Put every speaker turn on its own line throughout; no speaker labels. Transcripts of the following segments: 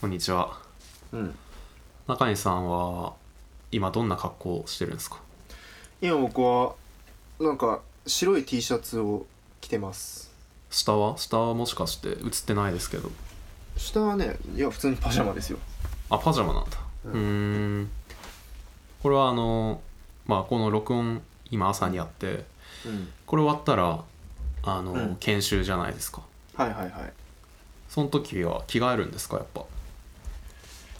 こんにちは
うん
中西さんは今どんな格好をしてるんですか
今僕はなんか白い T シャツを着てます
下は下はもしかして映ってないですけど
下はねいや普通にパジャマですよ
あパジャマなんだう
うん
ーんこれはあのまあこの録音今朝にやって
うん
これ終わったらあの、
うん
研修じゃないですか
はいはいはい
その時は着替えるんですかやっぱ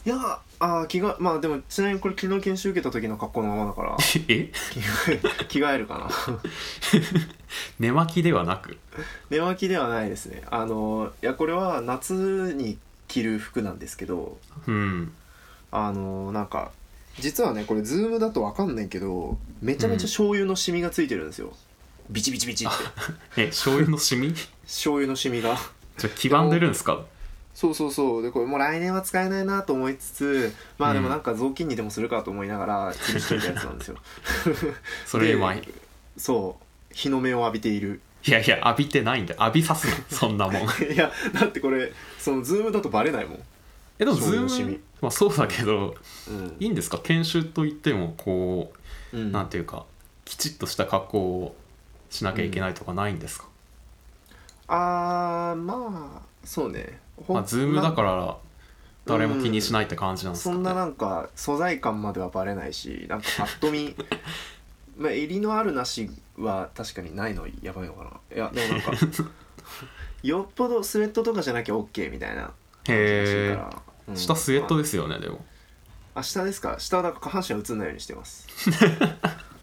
いやあー着がまあでもちなみにこれ昨日研修受けた時の格好のままだか ら
え
着替え着替えるかな
寝巻きではなく
寝巻きではないですねあのいやこれは夏に着る服なんですけど
うん
あのなんか実はねこれズームだとわかんないけどめちゃめちゃ醤油のシミがついてるんですよ、ビチビチビ チって
え醤油のシミ
醤油のシミが
じゃあ黄ばんでるんですか
そうそうそうでこれもう来年は使えないなと思いつつまあでもなんか雑巾にでもするかと思いながら潰しといたやつなんですよ
それ今い
そう日の目を浴びている
やいや浴びてないんで浴びさすなそんなもん
いやだってこれそのズームだとバレないもん、
えでも
そう
ズ
シ
ーム
ミ
まあそうだけど
うん
いいんですか研修といってもこ
うん
うなんていうかきちっとした格好をしなきゃいけないとかないんですか、
あーまあそうねほん
まあズームだから誰も気にし
な
ないって感じなん
うん
ですか、
そ
ね
んななんか素材感まではバレないしなんかぱっと見 まあ襟のあるなしは確かにないのやばいのかないやでも なんかよっぽどスウェットとかじゃなきゃ OK みたいな
へえ
え、うん
下スウェット
ま
ですよねでも
ああ下ですか下はだから下半身は映んないようにしてます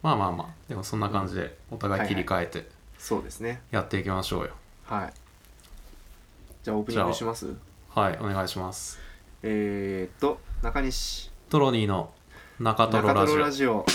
まあまあまあでもそんな感じでお互い切り替えて
そうですね
やっていきましょうよ
はいじゃあオープニングします
はいお願いします
えー、っと中西
トロニーの中トロラ
中ト
ジオ
ロラジオ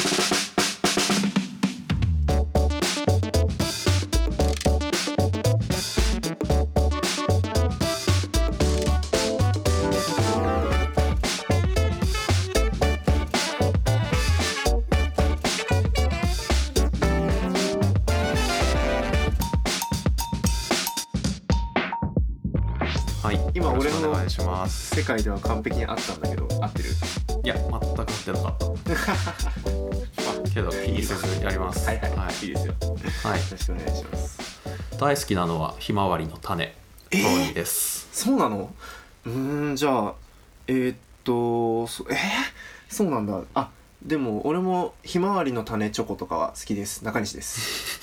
はい
今
よろしく
俺の
お願いします
世界では完璧に合ったんだけど合ってる
いや全く合ってなかった けど気にせずやります
はいはい、
はい
い、いですよよ
はい
ろしくお願いします
大好きなのはひまわりの種トロニーです、
そうなのうーんじゃあえー、っとそえー、そうなんだあでも俺もひまわりの種チョコとかは好きです中西です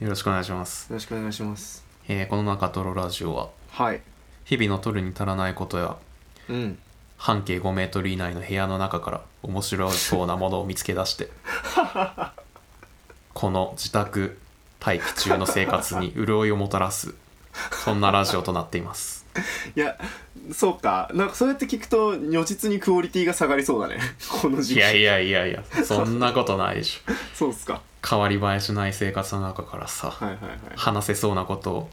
よろしくお願いします、
よろしくお願いします
えーこの中トロラジオは
はい
日々の取るに足らないことや
うん
半径5メートル以内の部屋の中から面白そうなものを見つけ出して この自宅待機中の生活に潤いをもたらすそんなラジオとなっています
いやそうかなんかそうやって聞くと如実にクオリティが下がりそうだね この時
い
期
やいやいやいやそんなことないでしょ
そうっすか
変わり映えしない生活の中からさ、
はいはいは
話せそうなことを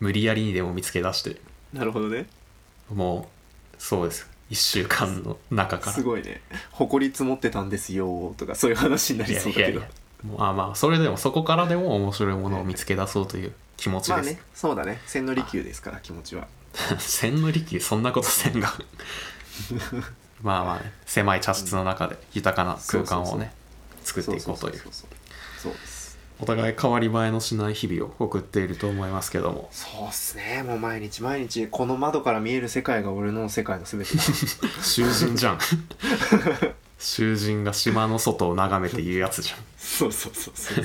無理やりにでも見つけ出して
いなるほどね
もうそうです1週間の中から
すごいね「誇り積もってたんですよ」とかそういう話になりそうだ
いや
け
い
ど
やいやもうあまあそれでもそこからでも面白いものを見つけ出そうという気持ち
まあ
です、
ねそうだね千利休ですから気持ちは
千利休そんなことせん がまあまあね狭い茶室の中で豊かな空間をね作っていこうという
そうそうそうそうそうです
お互い変わり映えのしない日々を送っていると思いますけども
そうっすねもう毎日毎日この窓から見える世界が俺の世界の全 てだ
囚人 じゃん囚人が島の外を眺めて言うやつじゃん
そうそうそうそう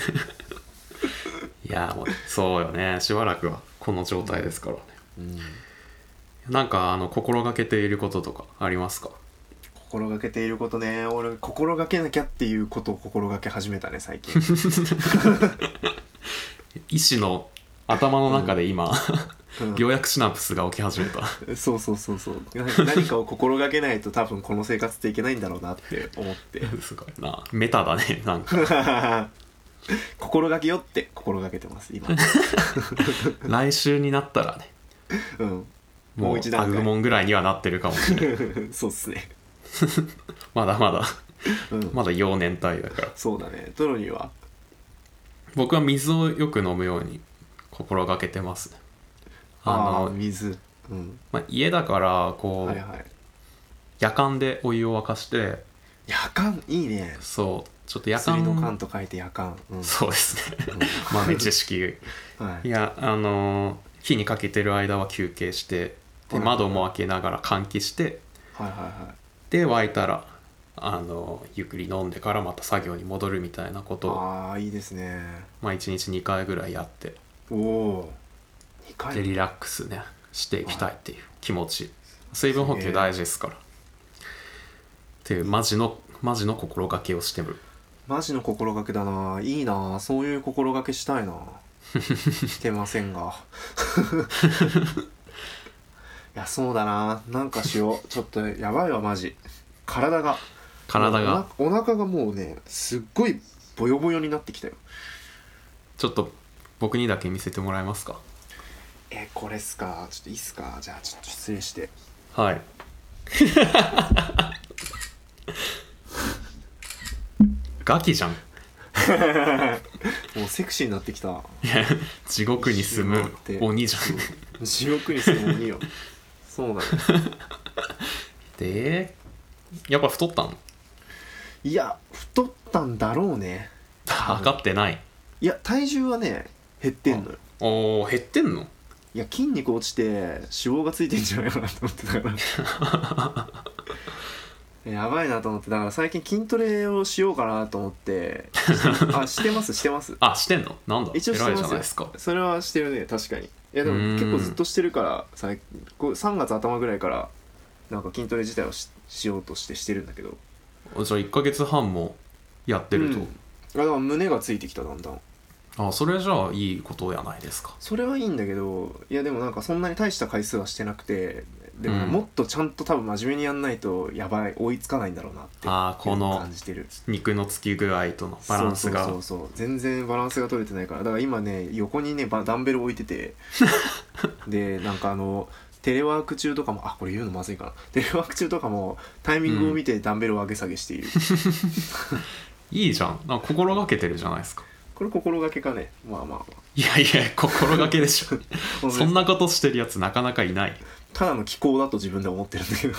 いやーもうそうよねしばらくはこの状態ですからね
うん
なんかあの心がけていることとかありますか
心がけていることね俺心がけなきゃっていうことを心がけ始めたね 最近
医師の頭の中で今、
うん
ようやくシナプスが起き始めた
そうそうそうそうな何かを心がけないと多分この生活っていけないんだろうなって思って
すごいなメタだねなんか
心がけよって心がけてます今、
来週になったらね
うん、 も
も
う
う
一
ア
段階
グモンぐらいにはなってるかもしれない
そうっすね、
まだまだ
うん、
まだ幼年帯だから
そうだねトロニーは
僕は水をよく飲むように心がけてますねあ
ああ
の
水うん、
まあ、家だからこう、
はいはい
夜間でお湯を沸かして
夜間いいね
そうちょっと夜
薬
間
の缶と書いて夜間、うん
そうですね
うん
豆知識
はい
いやあのー火にかけてる間は休憩してで
はい
窓も開けながら換気して
はいはいはい
で沸いたらあのーゆっくり飲んでからまた作業に戻るみたいなことを
ああいいですね
まあ1日2回ぐらいやって
おお2回
でリラックスねしていきたいっていう気持ち水分補給大事ですからっていうマジのマジの心がけをしてる
マジの心がけだないいなそういう心がけしたいなしてませ んがいやそうだななんかしようちょっとやばいわマジ体が
体が
お腹お腹がもうねすっごいボヨボヨになってきたよ
ちょっと僕にだけ見せてもらえますか
えこれっすかちょっといいっすかじゃあちょっと失礼して
はいガキじゃん
もうセクシーになってきた
地獄に住む鬼じゃん
地獄にするもいいよそうだね
でやっぱ太ったの
いや太ったんだろうね
測ってない
いや体重はね減ってんのよ
おー減ってんの
いや筋肉落ちて脂肪がついてんじゃないかなと思ってたか らやばいなと思ってだから最近筋トレをしようかなと 思ってしあしてますしてます
あしてんのなんだ
一応し
偉い
てます
じゃ
よ
ないですか
それはしてるね確かにいやでも
うーん
結構ずっとしてるから最こう3月頭ぐらいからなんか筋トレ自体をししようとしてしてるんだけど
あじゃあ1ヶ月半もやってると、
うんあだから胸がついてきただんだん
あそれじゃあいいことやないですか
それはいいんだけどいやでもなんかそんなに大した回数はしてなくてでも
うん
もっとちゃんと多分真面目にやんないとやばい追いつかないんだろうなって
あーこの
感じてる
肉のつき具合とのバランスが
そうそうそうそう全然バランスが取れてないからだから今ね横にねばダンベル置いて てでなんかあのテレワーク中とかもあこれ言うのまずいかなテレワーク中とかもタイミングを見てダンベルを上げ下げし ている、
いいじゃんなんか心がけてるじゃないですか
これ心がけかねまあまあま
いやいや心がけでしょ
あ
そんなことしてるやつなかなかいない
ただの気候だと自分で思ってるんだけど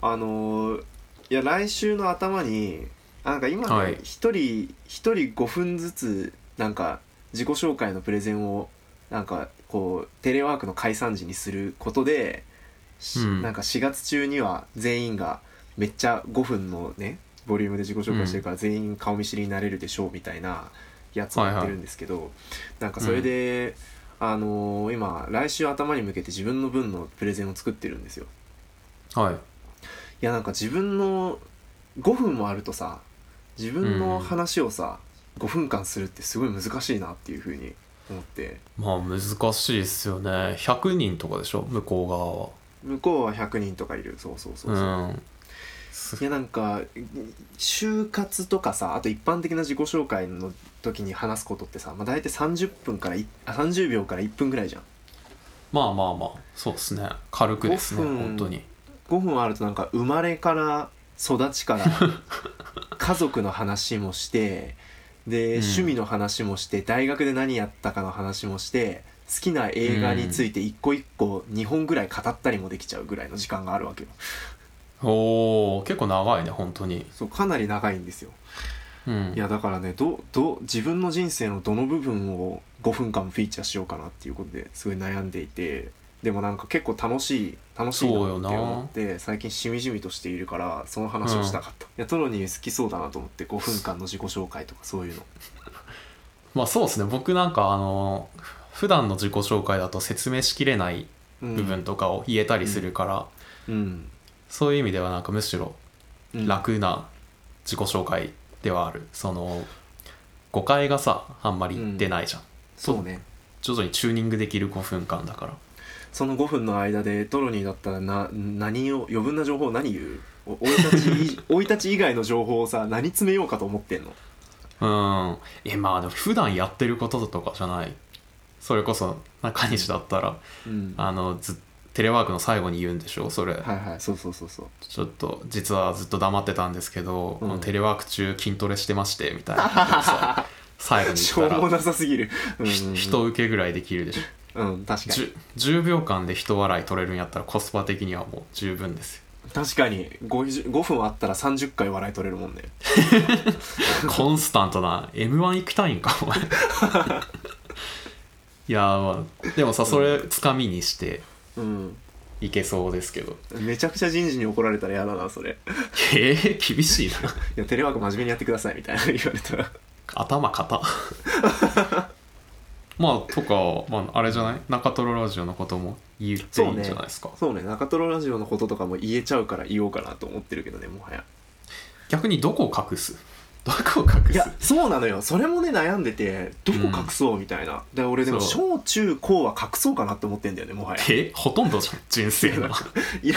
あのーいや来週の頭になんか今
はい
ね一、人一人5分ずつなんか自己紹介のプレゼンをなんかこうテレワークの解散時にすることで、し
うん
なんか4月中には全員がめっちゃ5分のねボリュームで自己紹介してるから全員顔見知りになれるでしょうみたいなやつをやってるんですけど、なんかそれで、あのー今来週頭に向けて自分の分のプレゼンを作ってるんですよ
はい
いやなんか自分の5分もあるとさ自分の話をさ、5分間するってすごい難しいなっていうふうに思って
まあ難しいですよね100人とかでしょ向こう側は
向こうは100人とかいるそうそうそうそう、
んす
いやなんか就活とかさあと一般的な自己紹介の時に話すことってさ、まあ、大体30分からいあ30秒から1分ぐらいじゃん
まあまあまあそうですね軽くですね
5分
本当に
5分あるとなんか生まれから育ち から家族の話もしてで、
うん
趣味の話もして大学で何やったかの話もして好きな映画について一個一個2本ぐらい語ったりもできちゃうぐらいの時間があるわけよ
おお結構長いね本当に
そうかなり長いんですよ
うん
いやだからねどど自分の人生のどの部分を5分間フィーチャーしようかなっていうことですごい悩んでいてでもなんか結構楽しい楽しいな
そう
って
よな
思って最近しみじみとしているからその話をしたかった、いやトロニー好きそうだなと思って5分間の自己紹介とかそういうの
まあそうですね僕なんかあの普段の自己紹介だと説明しきれない
うん
部分とかを言えたりするから、
うん、
そういう意味ではなんかむしろ
うん、
楽な自己紹介ではある、その誤解がさあんまり出ないじゃん、
そうね
徐々にチューニングできる5分間だから
その5分の間でトロニーだったらな何を余分な情報を何言うお生い立ち 生い立ち以外の情報をさ何詰めようかと思ってんの
うんえまあでも普段やってることとかじゃないそれこそ中西だったら
うんは
あのずテレワークの最後に言うんでしょそれ、
いはいそうそうそうそう
ちょっと実はずっと黙ってたんですけど、
うん
このテレワーク中筋トレしてましてみ たいなことをさ最後に
し
言
ょ
った
うも
ら
なさすぎる、うんうんうん
ひ人受けぐらいできるでしょ
うん確かに
10, 10秒間で一笑い取れるんやったらコスパ的にはもう十分ですよ
確かに 5, 5分あったら30回笑い取れるもんね
コンスタントな m 1行きたいんかお前いやー、まあ、でもさそれつかみにして
うん
いけそうですけど
めちゃくちゃ人事に怒られたら嫌だなそれ
ええ厳しいない
やテレワーク真面目にやってくださいみたいな 言われたら
頭固まあとか、まあ、あれじゃない中トロラジオのことも言っていいんじゃないですか、
そうね中トロラジオのこととかも言えちゃうから言おうかなと思ってるけどねもはや
逆にどこを隠すどこを隠
い
す
やそうなのよそれもね悩んでてどこ隠そうみたいな、で俺でも
そ
小中高は隠そうかなって思ってんだよねもはや
えほとんどじゃん人生 の
いや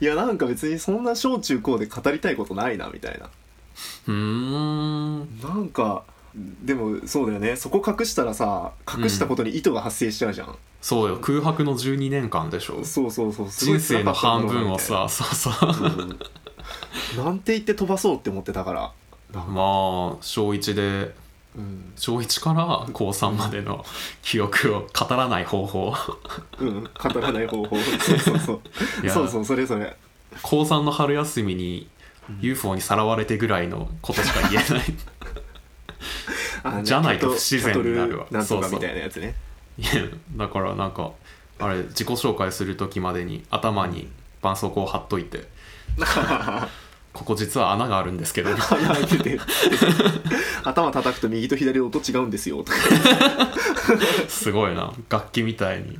いやなんか別にそんな小中高で語りたいことないなみたいな
うーん
なんかでもそうだよねそこ隠したらさ隠したことに意図が発生しちゃうじゃん、
そうよ空白の12年間でしょ
そうそうそうすごい
人
辛
生
か
の
っ
半
ただろうな
分を
みたいな
さそうそう
うんなんて言って飛ばそうって思ってたからなんか
まあ小1で
うん
小1から高3までの記憶を語らない方法
うん語らな い方法そうそうそう
いや
そうそうそれそれ
高3の春休みに UFO にさらわれてぐらいのことしか言えない
あ
じゃないと
キャト
不自然になるわ
キャトル
そ
なんとか
うそう
みたいなやつね
いやだからなんかあれ自己紹介する時までに頭に絆創膏を貼っといてここ実は穴があるんですけど
穴開いて て頭叩くと右と左で音違うんですよとか
すごいな楽器みたいに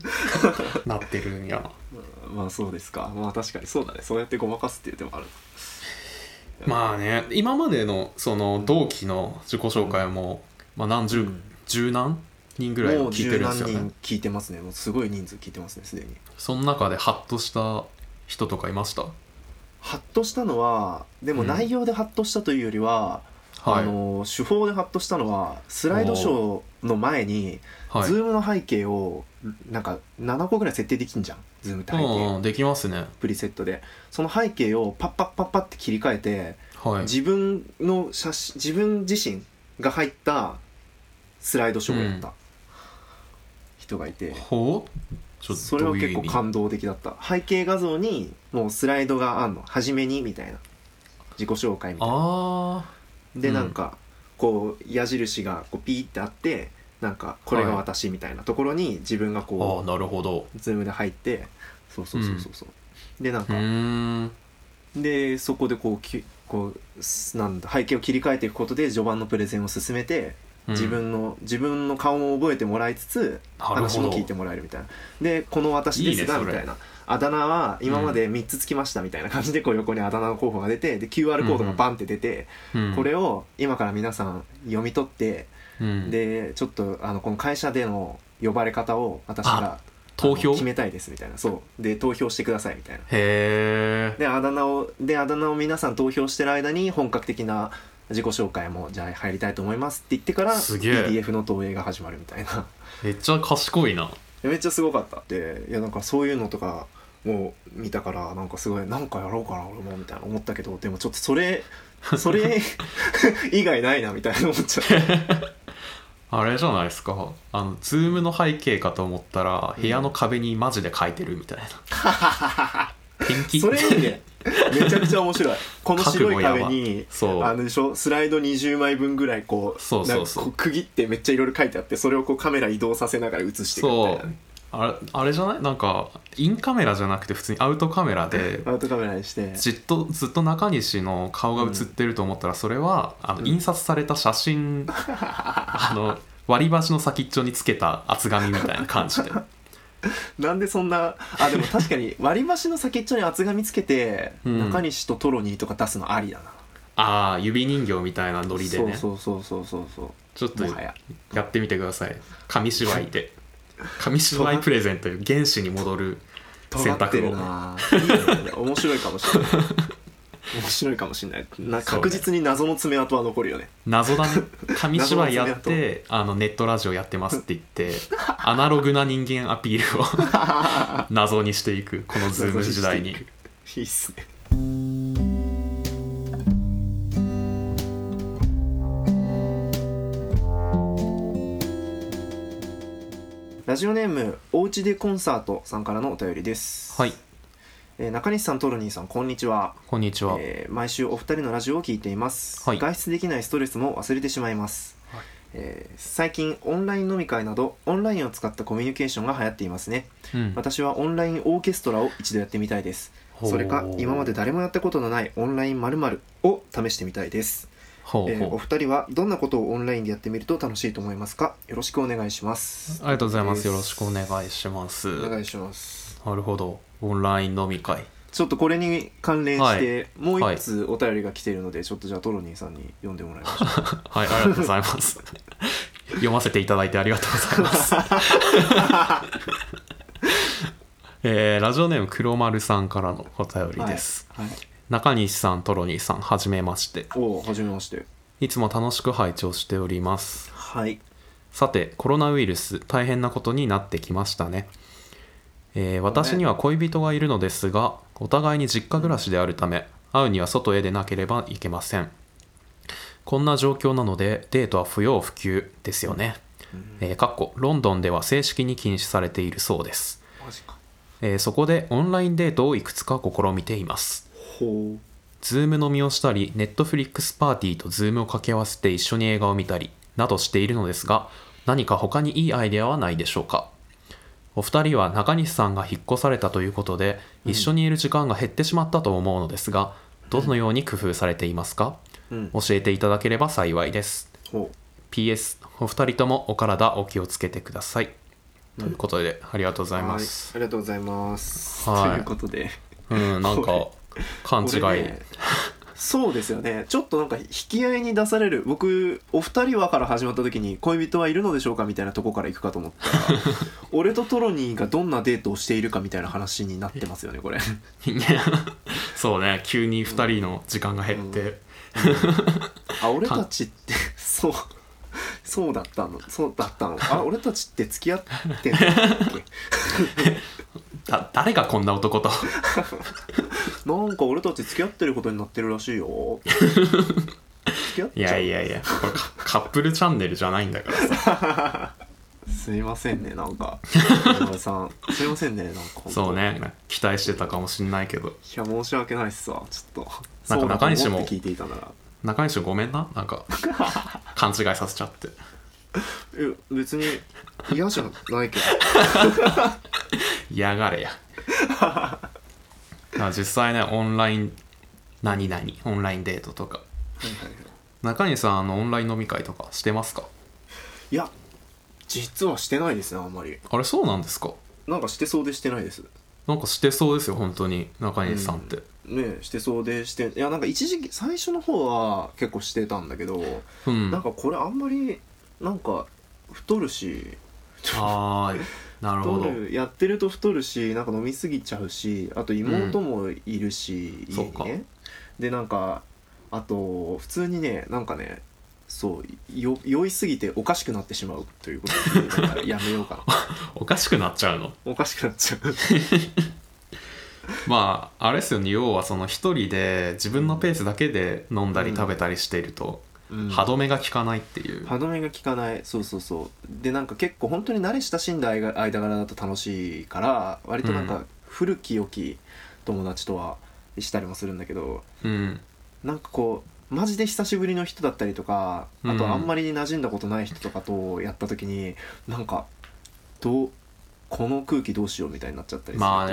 なってるんやな
まあそうですかまあ確かにそうだねそうやってごまかすっていう手もある
まあね今までのその同期の自己紹介も、まあ、何十、
うん
十何人ぐらい
も
は
う
聞い
十
てるんで
何
すよね
人聞いてますねもうすごい人数聞いてますねすでに
その中でハッとした人とかいました
ハッとしたのはでも
うん
内容でハッとしたというよりは、
は
あ
い、
の手法でハッとしたのはスライドショーの前に、
はい
Zoom の背景をなんか7個ぐらい設定できんじゃん Zoom って背景、
うんうんできますね
プリセットでその背景をパッパッパッパって切り替えて
はい
自分の写真自分自身が入ったスライドショーをやった人がいて、
ほうちょ
それ
ど
は
ういう
結
意
構
味
感動的だった背景画像にもうスライドがあんの初めにみたいな自己紹介みたいな
あ
で
うん
なんかこう矢印がこうピーってあってなんかこれが私みたいなところに自分
ー
が
あー
こ
なるほど
うズームで入ってそうそうそうそうそうでなん
う
か
ーん
でそこでこうきこうすなんだ背景を切り替えていくことで序盤のプレゼンを進めて自分の自分の顔も覚えてもらいつつ
なるほど
話も聞いてもらえるみたいなでこの私です
いいねそ
が
れ
みたいなあだ名は今まで3つつきましたみたいな感じでこう横にあだ名の候補が出てで QR コードがバンって出て
うん、うん
これを今から皆さん読み取って
うん、
でちょっとあのこの会社での呼ばれ方を私が
投
あの
票
決
へ
めたいですみたいなそうで投票してくださいみたいな
え
であだ名をであだ名を皆さん投票してる間に本格的な自己紹介もじゃあ入りたいと思いますって言ってから
すげえ
PDF の投影が始まるみたいな
めっちゃ賢いな
めっちゃすごかったでいやなんかそういうのとかもう見たからなんかすごいなんかやろうかな俺もみたいな思ったけどでもちょっとそれ それ 以外ないなみたいな思っちゃ う
あれじゃないですかあのズームの背景かと思ったら部屋の壁にマジで書いてるみたいな、 ペンキ
それいいねめちゃくちゃ面白いこの白い壁に
覚悟やばそう
あのでしょスライド20枚分ぐらいこう
そうそうそう
なんかこう区切ってめっちゃいろいろ書いてあってそれをこうカメラ移動させながら写していくみたい
そ
なね
うあれあれじゃないなんかインカメラじゃなくて普通にアウトカメラで
アウトカメラにして
じっとずっと中西の顔が映ってると思ったらそれは、あ
う
の
ん
印刷された写真、 あの割り箸の先っちょにつけた厚紙みたいな感 じで
なんでそんなあでも確かに割り箸の先っちょに厚紙つけて、
うん
中西とトロニーとか出すのありだな
ああ指人形みたいなノリでね
そうそうそうそうそう
ちょっ
そ
と
うもはや
やってみてください紙芝居 で紙芝居プレゼンという原始に戻る選
尖っ
択
て
を
るないいね面白いかもし れない面白いかもしれないな
そうね
確実に謎の爪痕は残るよね
謎だね紙芝居やっ
謎の
てあのネットラジオやってますって言ってアナログな人間アピールを 謎にしていくこのズーム時代に
謎にいいっすねララジオネームおうちでコンサートさんからのお便りです
はい、
えー中西さんトロニーさんこんにちは
こんにちは、
えー毎週お二人のラジオを聞いています、
はい
外出できないストレスも忘れてしまいます、
はい
えー最近オンライン飲み会などオンラインを使ったコミュニケーションが流行っていますね
うん、
私はオンラインオーケストラを一度やってみたいです
ほう
それか今まで誰もやったことのないオンライン〇〇を試してみたいです、
ほ
え
う
ーお
ほう、
二人はどんなことをオンラインでやってみると楽しいと思いますかよろしくお願いします
ありがとうございます
で
よろしくお願いします
お願いします
なるほどオンライン飲み会
ちょっとこれに関連して、もう
はい
一つお便りが来ているのでちょっとじゃあトロニーさんに読んでもらいましょう
はい、ありがとうございます。 読ませていただいてありがとうござい ます。 えーラジオネーム黒丸さんからのお便りです。。
はい。
中西さん、トロニーさん、はじめまして。
おお、はじめまして。
いつも楽しく拝聴しております。
はい。
さて、コロナウイルス、大変なことになってきましたね。えー私には恋人がいるのですが、お互いに実家暮らしであるため、会うには外へ出なければいけません。こんな状況なので、デートは不要不急ですよね。えーかっこロンドンでは正式に禁止されているそうです、
マジか。
えーそこでオンラインデートをいくつか試みています
ほう。
ズーム飲みをしたりネットフリックスパーティーとズームを掛け合わせて一緒に映画を見たりなどしているのですが何か他にいいアイデアはないでしょうかお二人は中西さんが引っ越されたということで一緒にいる時間が減ってしまったと思うのですが、どのように工夫されていますか
うん。
教えていただければ幸いです
ほ
PS お二人ともお体お気をつけてください、ということでありがとうご
う。
ざいま
は
す、
い。ありがとうございます。
はい
ということで。
うんなんか勘違い、
これねそうですよねちょっとなんか引き合いに出される僕お二人はから始まった時に恋人はいるのでしょうかみたいなとこから行くかと思った ら俺とトロニーがどんなデートをしているかみたいな話になってますよね これ
そうね急に二人の時間が減って、
あ俺たちってそうそうだったのそうだったのあ俺たちって付き合ってんの
だ誰がこんな男と
なんか俺たち付き合ってることになってるらしいよ付き合っ
い
ちゃ
や
う
いやいやこれカカップルチャンネルじゃないんだからさ
すいませんねな んか山田さんすいませんねなんか本当
そうね期待してたかもしんないけど
いや申し訳ないっすわちょっと
なんか中西も
そうだと思って聞いていたなら
中西ごめんななん か勘違いさせちゃって
え別に嫌じゃ ないけど
嫌がれやだから実際ねオンライン何々オンラインデートとか中西さんあのオンライン飲み会とかしてますか
いや実はしてないですねあんまり
あれそうなんですか
なんかしてそうでしてないです
なんかしてそうですよ本当に中西さんって
ねしてそうでしていやなんか一時期最初の方は結構してたんだけど、
うん、
なんかこれあんまりなんか太るし
はーいなるほど
太るやってると太るしなんか飲みすぎちゃうしあと妹もいるし、
うん
家
そう
に
か
ねでなんかあと普通にねなんかねそうよ酔いすぎておかしくなってしまうということでなんかやめよ うかな
おかしくなっちゃうの
おかしくなっちゃう
まああれですよね要はその一人で自分のペースだけで飲んだり食べたりしていると、
うん
歯止めが効かないっていう、
歯止めが効かないそうそうそうでなんか結構本当に慣れ親しんだ間間柄だと楽しいから割となん
う
か古き良き友達とはしたりもするんだけど、
うん
なんかこうマジで久しぶりの人だったりとかあと
うん
あんまり馴染んだことない人とかとやった時に、なんかどうこの空気どうしようみたいになっちゃったり
まあ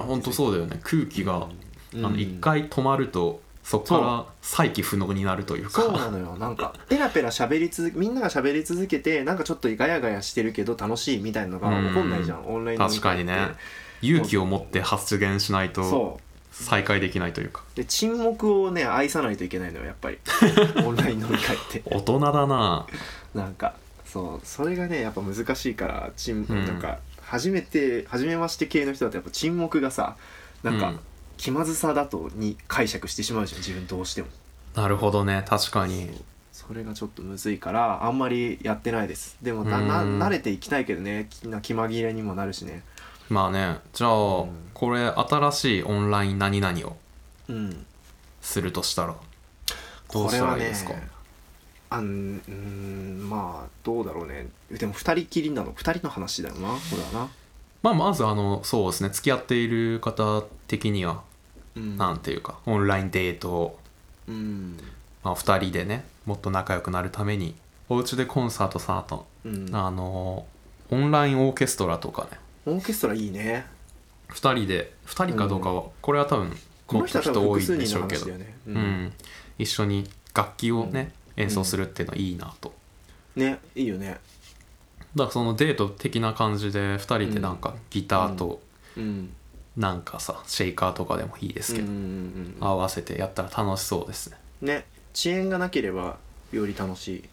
ね本当そううだよね空気が、
うん
あの一回止まるとそこから再起不能になるというか
そうなのよなんかペラペラ喋り続けみんなが喋り続けてなんかちょっとガヤガヤしてるけど楽しいみたいなのが起こんないじゃん、オンライン飲み
確
会
かにね勇気を持って発言しないと
そう
再開できないというか
で沈黙をね愛さないといけないのよやっ ぱりオンライン飲み会って
大人だな
なんかそうそれがねやっぱ難しいから沈、
うん
なんか初めて初めまして系の人だとやっぱ沈黙がさなんか、
うん
気まずさだとに解釈してしまうじゃん自分どうしても
なるほどね確かに
それがちょっとむずいからあんまりやってないですでもだな
うん
慣れていきたいけどねきな気まぎれにもなるしね
まあねじゃあ、
ん
これ新しいオンライン何々を
うん
するとしたらどうしたらいいですか
これはねあんうーんまあどうだろうねでも2人きりなの2人の話だよなこれはな、
まあまずあのそうですね付き合っている方的には
うん
なんていうかオンラインデートを、
うん
まあ、2人でねもっと仲良くなるためにお家でコンサートさと
うん、
あのオンラインオーケストラとかね
オーケストラいいね
2人で2人かどうかは、これは多分
こ
も
の
っ
人
と
は
人
多分
多い
複数
でし
人
ょ
の
うけ
話
ど
だ、よね、う
うん一緒に楽器をね、演奏するっていうのはいいなと
ねいいよね
だからそのデート的な感じで2人でなんかギターと
うん
なんかさシェイカーとかでもいいですけど、
うんうんうん
合わせてやったら楽しそうですね
ね遅延がなければより楽しい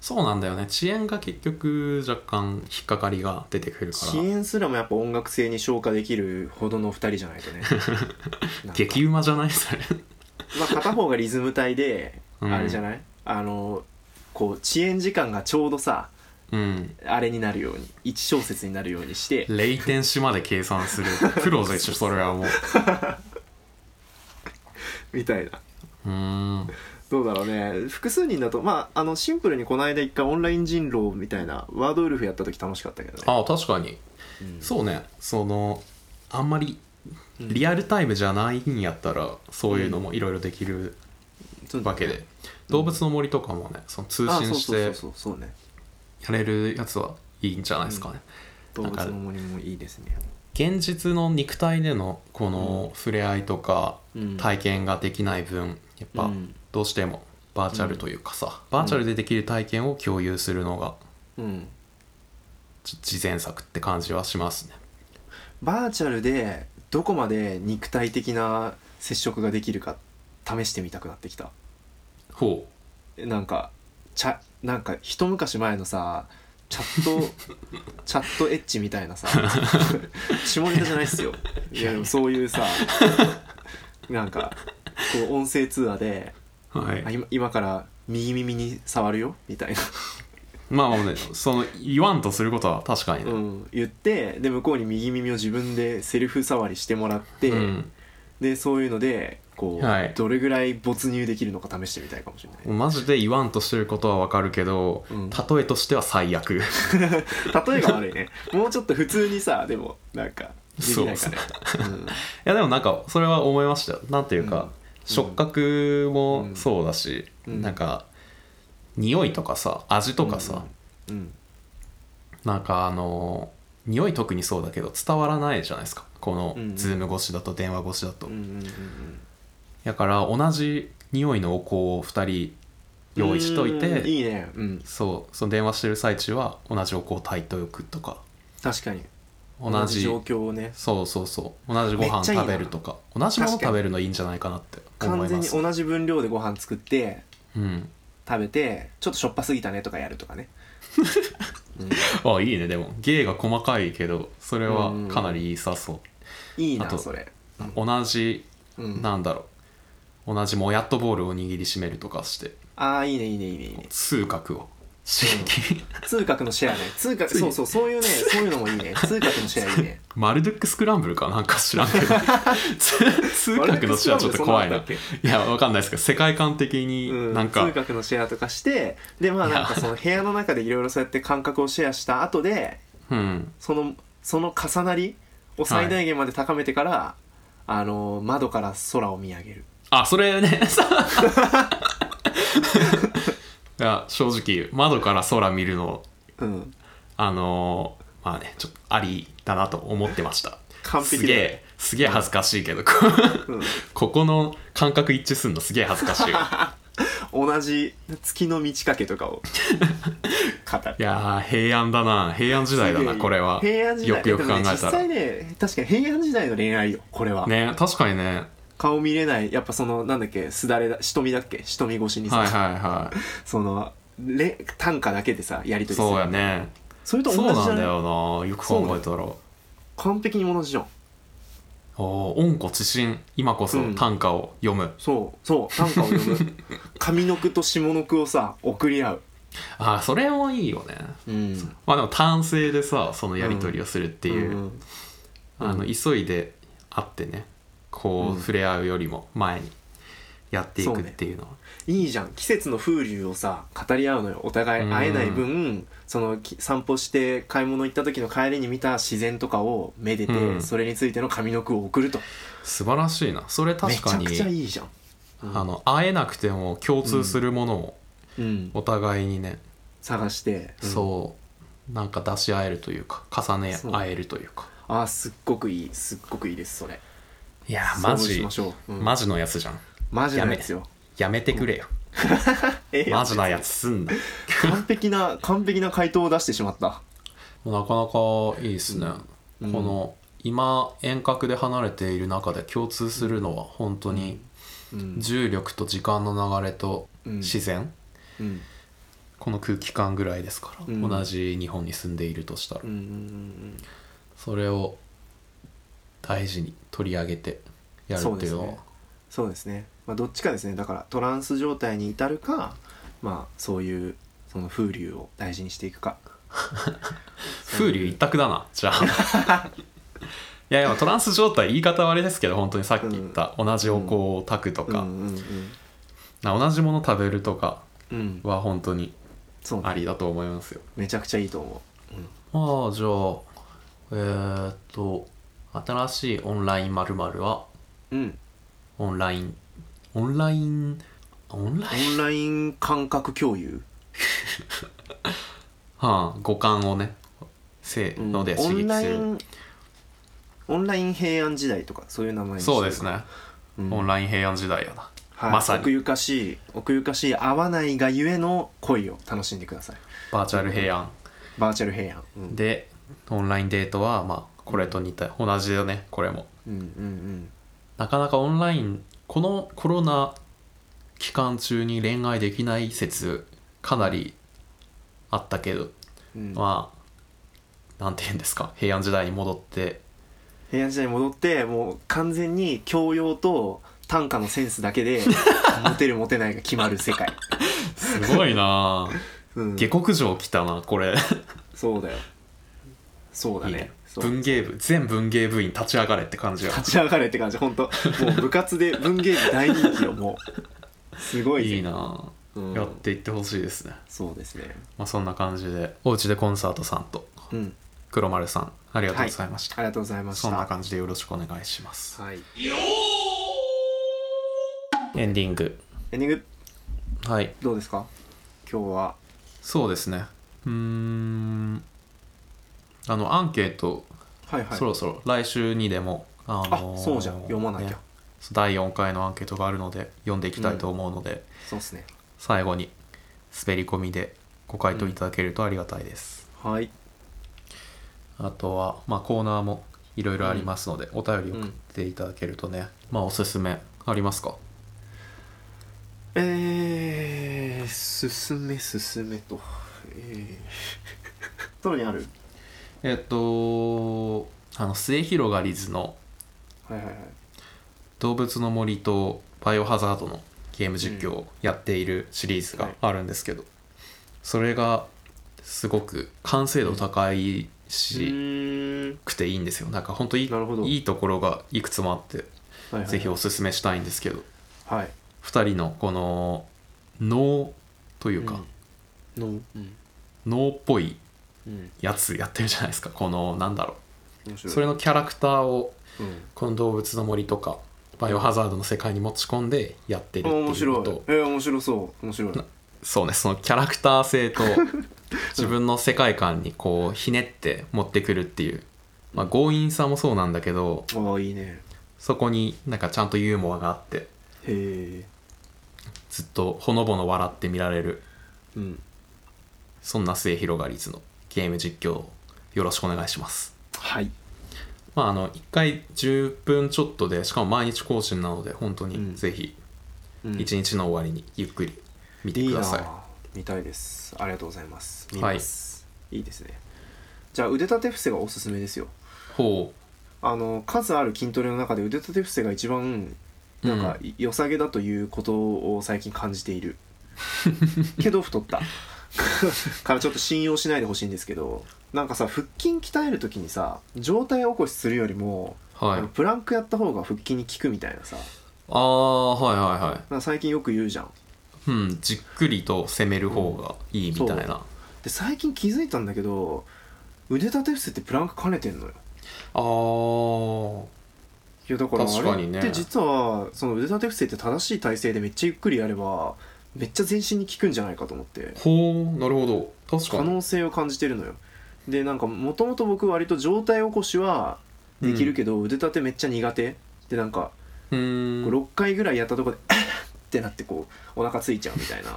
そうなんだよね遅延が結局若干引っかかりが出てくるか
遅延すらもやっぱ音楽性に昇華できるほどの2人じゃないと ねなん
ら
か
激うまじゃないそれ
まあ片方がリズム体で
うん
あれじゃない、あのこう遅延時間がちょうどさ
うん
あれになるように1小節になるようにして
0点死まで計算 するプロでしょそれはもう
みたいな
うーん
どうだろうね複数人だとまああのシンプルにこの間一回オンライン人狼みたいなワードウルフやった時楽しかったけどね
ああ確かに
うん
そうねそのあんまり
うん
リアルタイムじゃないんやったらそういうのもいろいろできる
そうだ
わけ
ね
で、動物の森とかもねその通
あ
信してや
そうそうそうそうね
れるやつはいいんじゃないですかね、
動物の森もいいですね
現実の肉体でのこの触れ合いとか
うん
体験ができない分やっ
う
ぱ
ん
どうしてもバーチャルというかさ、バーチャルでできる体験を共有するのが
うん
じ事前作って感じはしますね
バーチャルでどこまで肉体的な接触ができるか試してみたくなってきた
ほ
なんかちゃなんか一昔前のさチャッ トチャットエッチみたいなさ下ネタじゃないっすよいやでもそういうさなんかこう音声通話で、
うはい
あ今今から右耳に触るよみたいな、
まあもうねその言わんとすることは確かに
う
ね、
ん、言ってで向こうに右耳を自分でセルフ触りしてもらって、
うん
でそういうのでこう、
はい
どれぐらい没入できるのか試してみたいかもしれ ない
マジで言わんとしてることはわかるけど、
うん
例えとしては最悪
例えが悪いねもうちょっと普通にさでもなんかできないかねうん
いやでもなんかそれは思いましたよなんていうか、
うん
触覚もそうだし、
うん
なんか匂いとかさ味とかさ、
うん
なんかあの匂い特にそうだけど伝わらないじゃないですかこの
うん
ズーム越しだと電話越しだと、
うんうん
だから同じ匂いのお香を2人用意しといて、
うんいいねうん
そうその電話してる最中は同じお香を炊いておくとか
確かに
同じ
状況をね
そうそうそう同じご飯食べるとか同じもの食べるのいいんじゃないかなって思
完
い
全
ま
に
す、
同じ分量でご飯作って
うん、
食べてちょっとしょっぱすぎたねとかやるとか ね、うん
あいいねでも芸が細かいけどそれはかなりいいさそう、
いい
あ
な
と
それ、
同じ
うん、
なんだろう同じもやっとボールを握りしめるとかして
ああいいねいいねいいねいいね
痛覚を刺激
通覚 のシェアね通覚
つい
そうそうそういうねそういうのもいい ね通覚のシェアいいね
マルドックスクランブルかなんか知らん けどつ痛覚の死はちょっと怖いな
マルドック
いやわかんないですけど世界観的になんか、
通学のシェアとかしてでまあなんかその部屋の中でいろいろそうやって感覚をシェアした後で
うん、
そのその重なりを最大限まで高めてから、あの窓から空を見上げる
あそれ ね いや正直窓から空見るの
うん
あのーまあねちょっとありだなと思ってました
完
す
璧
げ
だよ
えすげえ恥ずかしいけど、こ
うん
ここの感覚一致すんのすげえ恥ずかしい わ
同じ月の満ち欠けとか を語る
いやー平安だな平安時代だなこれは
平安時代
よくよく考え
でもね
た
実
ら
際ね確かに平安時代の恋愛よこれは、
ね確かにね
顔見れないやっぱそのなんだっけすだれだ瞳だっけ瞳越しにさ、
はいはいは
そのれ短歌だけでさやり
い
取りする
そうやね
それと同
そ
じ
う
じゃない
なんだよなよく考えたら
完璧に同じじゃん
おー恩子知心今こそ短歌を読む、
そうそう短歌を読 む上の句と下の句をさ送り合う、
ああそれもいいよね
うん、
まあでも単性でさそのやり取りをするっていう、
うん
あの急いで会ってねこう触れ合うよりも前にややっていくっていうのは。
いいじゃん季節の風流をさ語り合うのよお互い会えない分、そのき散歩して買い物行った時の帰りに見た自然とかをめでて、
うん
それについての上の句を送ると
素晴らしいなそれ
め
確
ち
か
ゃ
に
くちゃいいじゃん、うん
あの会えなくても共通するものを
うん、
お互いにね、
探して、うん
そうなんか出し合えるというか重ね
そう
合えるというか
あーすっごくいいすっごくいいですそれ
いやーマ
そうし
ジ
ましょう、うん、
マジのやつじゃん
マジなやつよ
やめてくれよ、
ええ
マジなやつすんな
完璧な完璧な回答を出してしまった
なかなかいいですね、
うん
この今遠隔で離れている中で共通するのは本当に
うん、
重力と時間の流れと
うん
自然、
うん
この空気感ぐらいですから、
うん
同じ日本に住んでいるとしたら、
うんうんうん
それを大事に取り上げてやる
そう
って
で
いう
す
のは
ねそうですね、まあ、どっちかですねだからトランス状態に至るかまあそういうその風流を大事にしていくか
風流一択だなじゃあ いやいやトランス状態言い方はあれですけど本当にさっき言った、同じお香を炊くと
うんう
か、
んうん
な同じもの食べるとか
うん
は本当に
そうね
ありだと思いますよ
めちゃくちゃいいと思う、うん
まあじゃあえーっと新しいオンラインまるは
うん、
オンラインオンラインオンライン
オンライン感覚共有
はあ五感をねせ
うん
ので
オ
刺
ン
激
ラ
す
イ
る、
ンオンライン平安時代とかそういう名前にしてる
そうですね、
うん
オンライン平安時代やな、
はい、
まさに
奥ゆかしい奥ゆかしい合わないがゆえの恋を楽しんでください
バーチャル平安
バーチャル平安、うん、
でオンラインデートはまあこれと似た同じだねこれも
うんうん
なかなかオンラインこのコロナ期間中に恋愛できない説かなりあったけど、
うんうん、
まあなんて言うんですか平安時代に戻って
平安時代に戻ってもう完全に教養と短歌のセンスだ けでモテるモテないが決まる世界、
すごいなあ
うん、
下克上来たなこれ
そうだよそうだ
いい
ね
ね
そう
文芸部全文芸部員立ち上がれって感じが
立ち上がれって感じ本当もう部活で文芸部大人気よもうすごいぜ
いいな
う
あ
ん
やっていってほしいですね
そうですね
まあそんな感じでおうちでコンサートさんと
うん
黒丸さんありがとうございました
ありがとうございました
そんな感じでよろしくお願いします。
はい
エンディング。
エンディング
はい。
どうですか今日は
そうですね。うーん。あの、アンケート、
はいはい
そろそろ来週にでも、あのー
あそうじゃん読まなきゃ
ね第4回のアンケートがあるので、読んでいきたいと思うので、
そうっすね
最後に滑り込みでご回答いただけるとありがたいです。
はい
あとは、まあ、コーナーもいろいろありますので、お便り送っていただけるとね、まあ、おすすめありますか
えー、進め進めとえ ー、どれにある
えっと、あの、末広がりずの
はいはいはい
動物の森とバイオハザードのゲーム実況をやっているシリーズがあるんですけど、それがすごく完成度高いし、
ん
くていいんですよ。なんか本当いい
なるほど
いいところがいくつもあって、
はいはい
ぜひおすすめしたいんですけど、
はい
二人のこの脳というか、
のうん
脳っぽい
うん
やつやってるじゃないですか。このなんだろ
面白
う。
い
それのキャラクターを
うん
この動物の森とかバイオハザードの世界に持ち込んでやってるって
あ面
いう
白
こ
い
と
えー、面白そう面白い
そうねそのキャラクター性 と自分の世界観にこうひねって持ってくるっていう、まあ、強引さもそうなんだけど
ああいいね
そこになんかちゃんとユーモアがあって
へえ
ずっとほのぼの笑って見られる
うん
そんな末広がりずのゲーム実況をよろしくお願いします。
はい
まあ、あの1回10分ちょっとでしかも毎日更新なので本当
う
に
ん
ぜひ
うん
一日の終わりにゆっくり見て
い
く
いな
ださい。
あ見たいですありがとうございます見ます、い、いですねじゃあ腕立て伏せがおすすめですよ
ほ
あの数ある筋トレの中で腕立て伏せが一番
う
なんか、良さげだということを最近感じてい るけど太ったからちょっと信用しないでほしいんですけどなんかさ腹筋鍛える時にさ上体起こしするよりも、
うんは
あ
い
のプランクやった方が腹筋に効くみたいなさ
ああはいはいはい
なんか最近よく言うじゃん
うん、じっくりと攻める方がいいみたいな、あ
で最近気づいたんだけど腕立て伏せってプランク兼ねてんのよ
あー
いやだから
確かにね
あれって実はその腕立て伏せって正しい体勢でめっちゃゆっくりやればめっちゃ全身に効くんじゃないかと思って
ほうなるほど確
可
かに
能性を感じてるのよでなんかもともと僕割と上体起こしはできるけど、腕立てめっちゃ苦手でなんか
うーん
6回ぐらいやったとこで ってなってこうお腹ついちゃうみた いな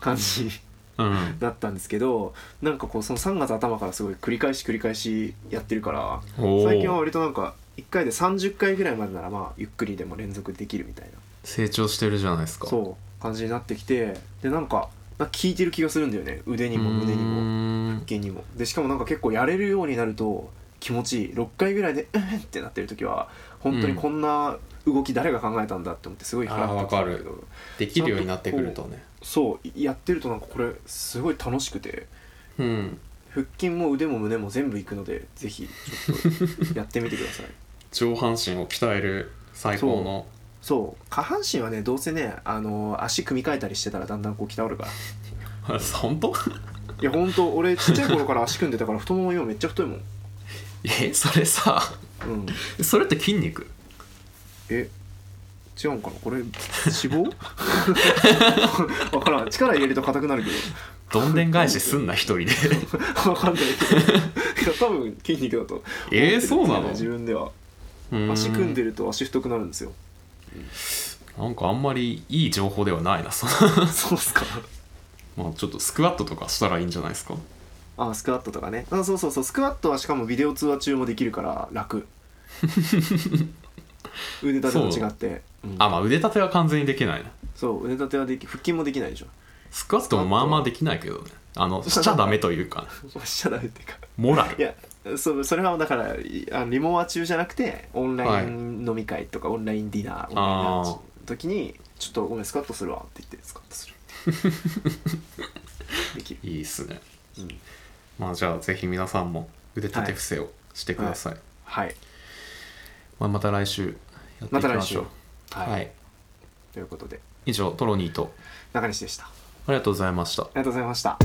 感じ
うん
だったんですけどなんかこうその3月頭からすごい繰り返し繰り返しやってるから
おー
最近は割となんか1回で30回ぐらいまでならまあゆっくりでも連続できるみたいな
成長してるじゃないですかう
そう感じになってきてでなんかなんか効いてる気がするんだよね腕に
ー
も胸にも。
ん
原にもでしかもなんか結構やれるようになると気持ちいい6回ぐらいで「うん」ってなってる時は本当にこんな動き誰が考えたんだって思ってすごい腹が立つんだけ
あー
ど
できるようになってくるとね
そうやってるとなんかこれすごい楽しくて
うん
腹筋も腕も胸も全部いくのでぜひちょっとやってみてください
上半身を鍛える最高の
そう下半身はねどうせねあのー足組み替えたりしてたらだんだんこう鍛わるか ら
あ本当
いやほんと俺ちっちゃい頃から足組んでたから太もも今めっちゃ太いもん
えそれさ
うん
それって筋肉
え違うんかなこれ脂肪 わからん力入れると硬くなるけ
どんでん返しすんな一人で
どわかんないけどいや多分筋肉だと思ってるん
えー
です
そ
よ
うなの
自分では
うーん
足組んでると足太くなるんですよ
なんかあんまりいい情報ではないな その
そうっすか
まあちょっとスクワットとかしたらいいんじゃないですか
あスクワットとかねあそうそうそうスクワットはしかもビデオ通話中もできるから 楽腕立てと違ってそう,、ん、
あまあ腕立ては完全にできないな
そう腕立てはでき腹筋もできないでしょ
スクワットもまあまあできないけどねあ のしちゃダメというか
しちゃダメっていうか
モラ
い
ル
やそそれはだからいあのリモア中じゃなくてオンライン飲み会とか、オンラインディナーオンラインランチの時に「ちょっとごめんスカッとするわ」って言ってスカッ とするできる、
いいっすね
うん
まあじゃあぜひ皆さんも腕立て伏せをしてください、
はい
まあ、また来週やってい
ま
き
た
ま
来
し
週
ょう
はい、
はい、
ということで
以上トロニーと
中西でしたあ
ありがとうございました
りがとうございました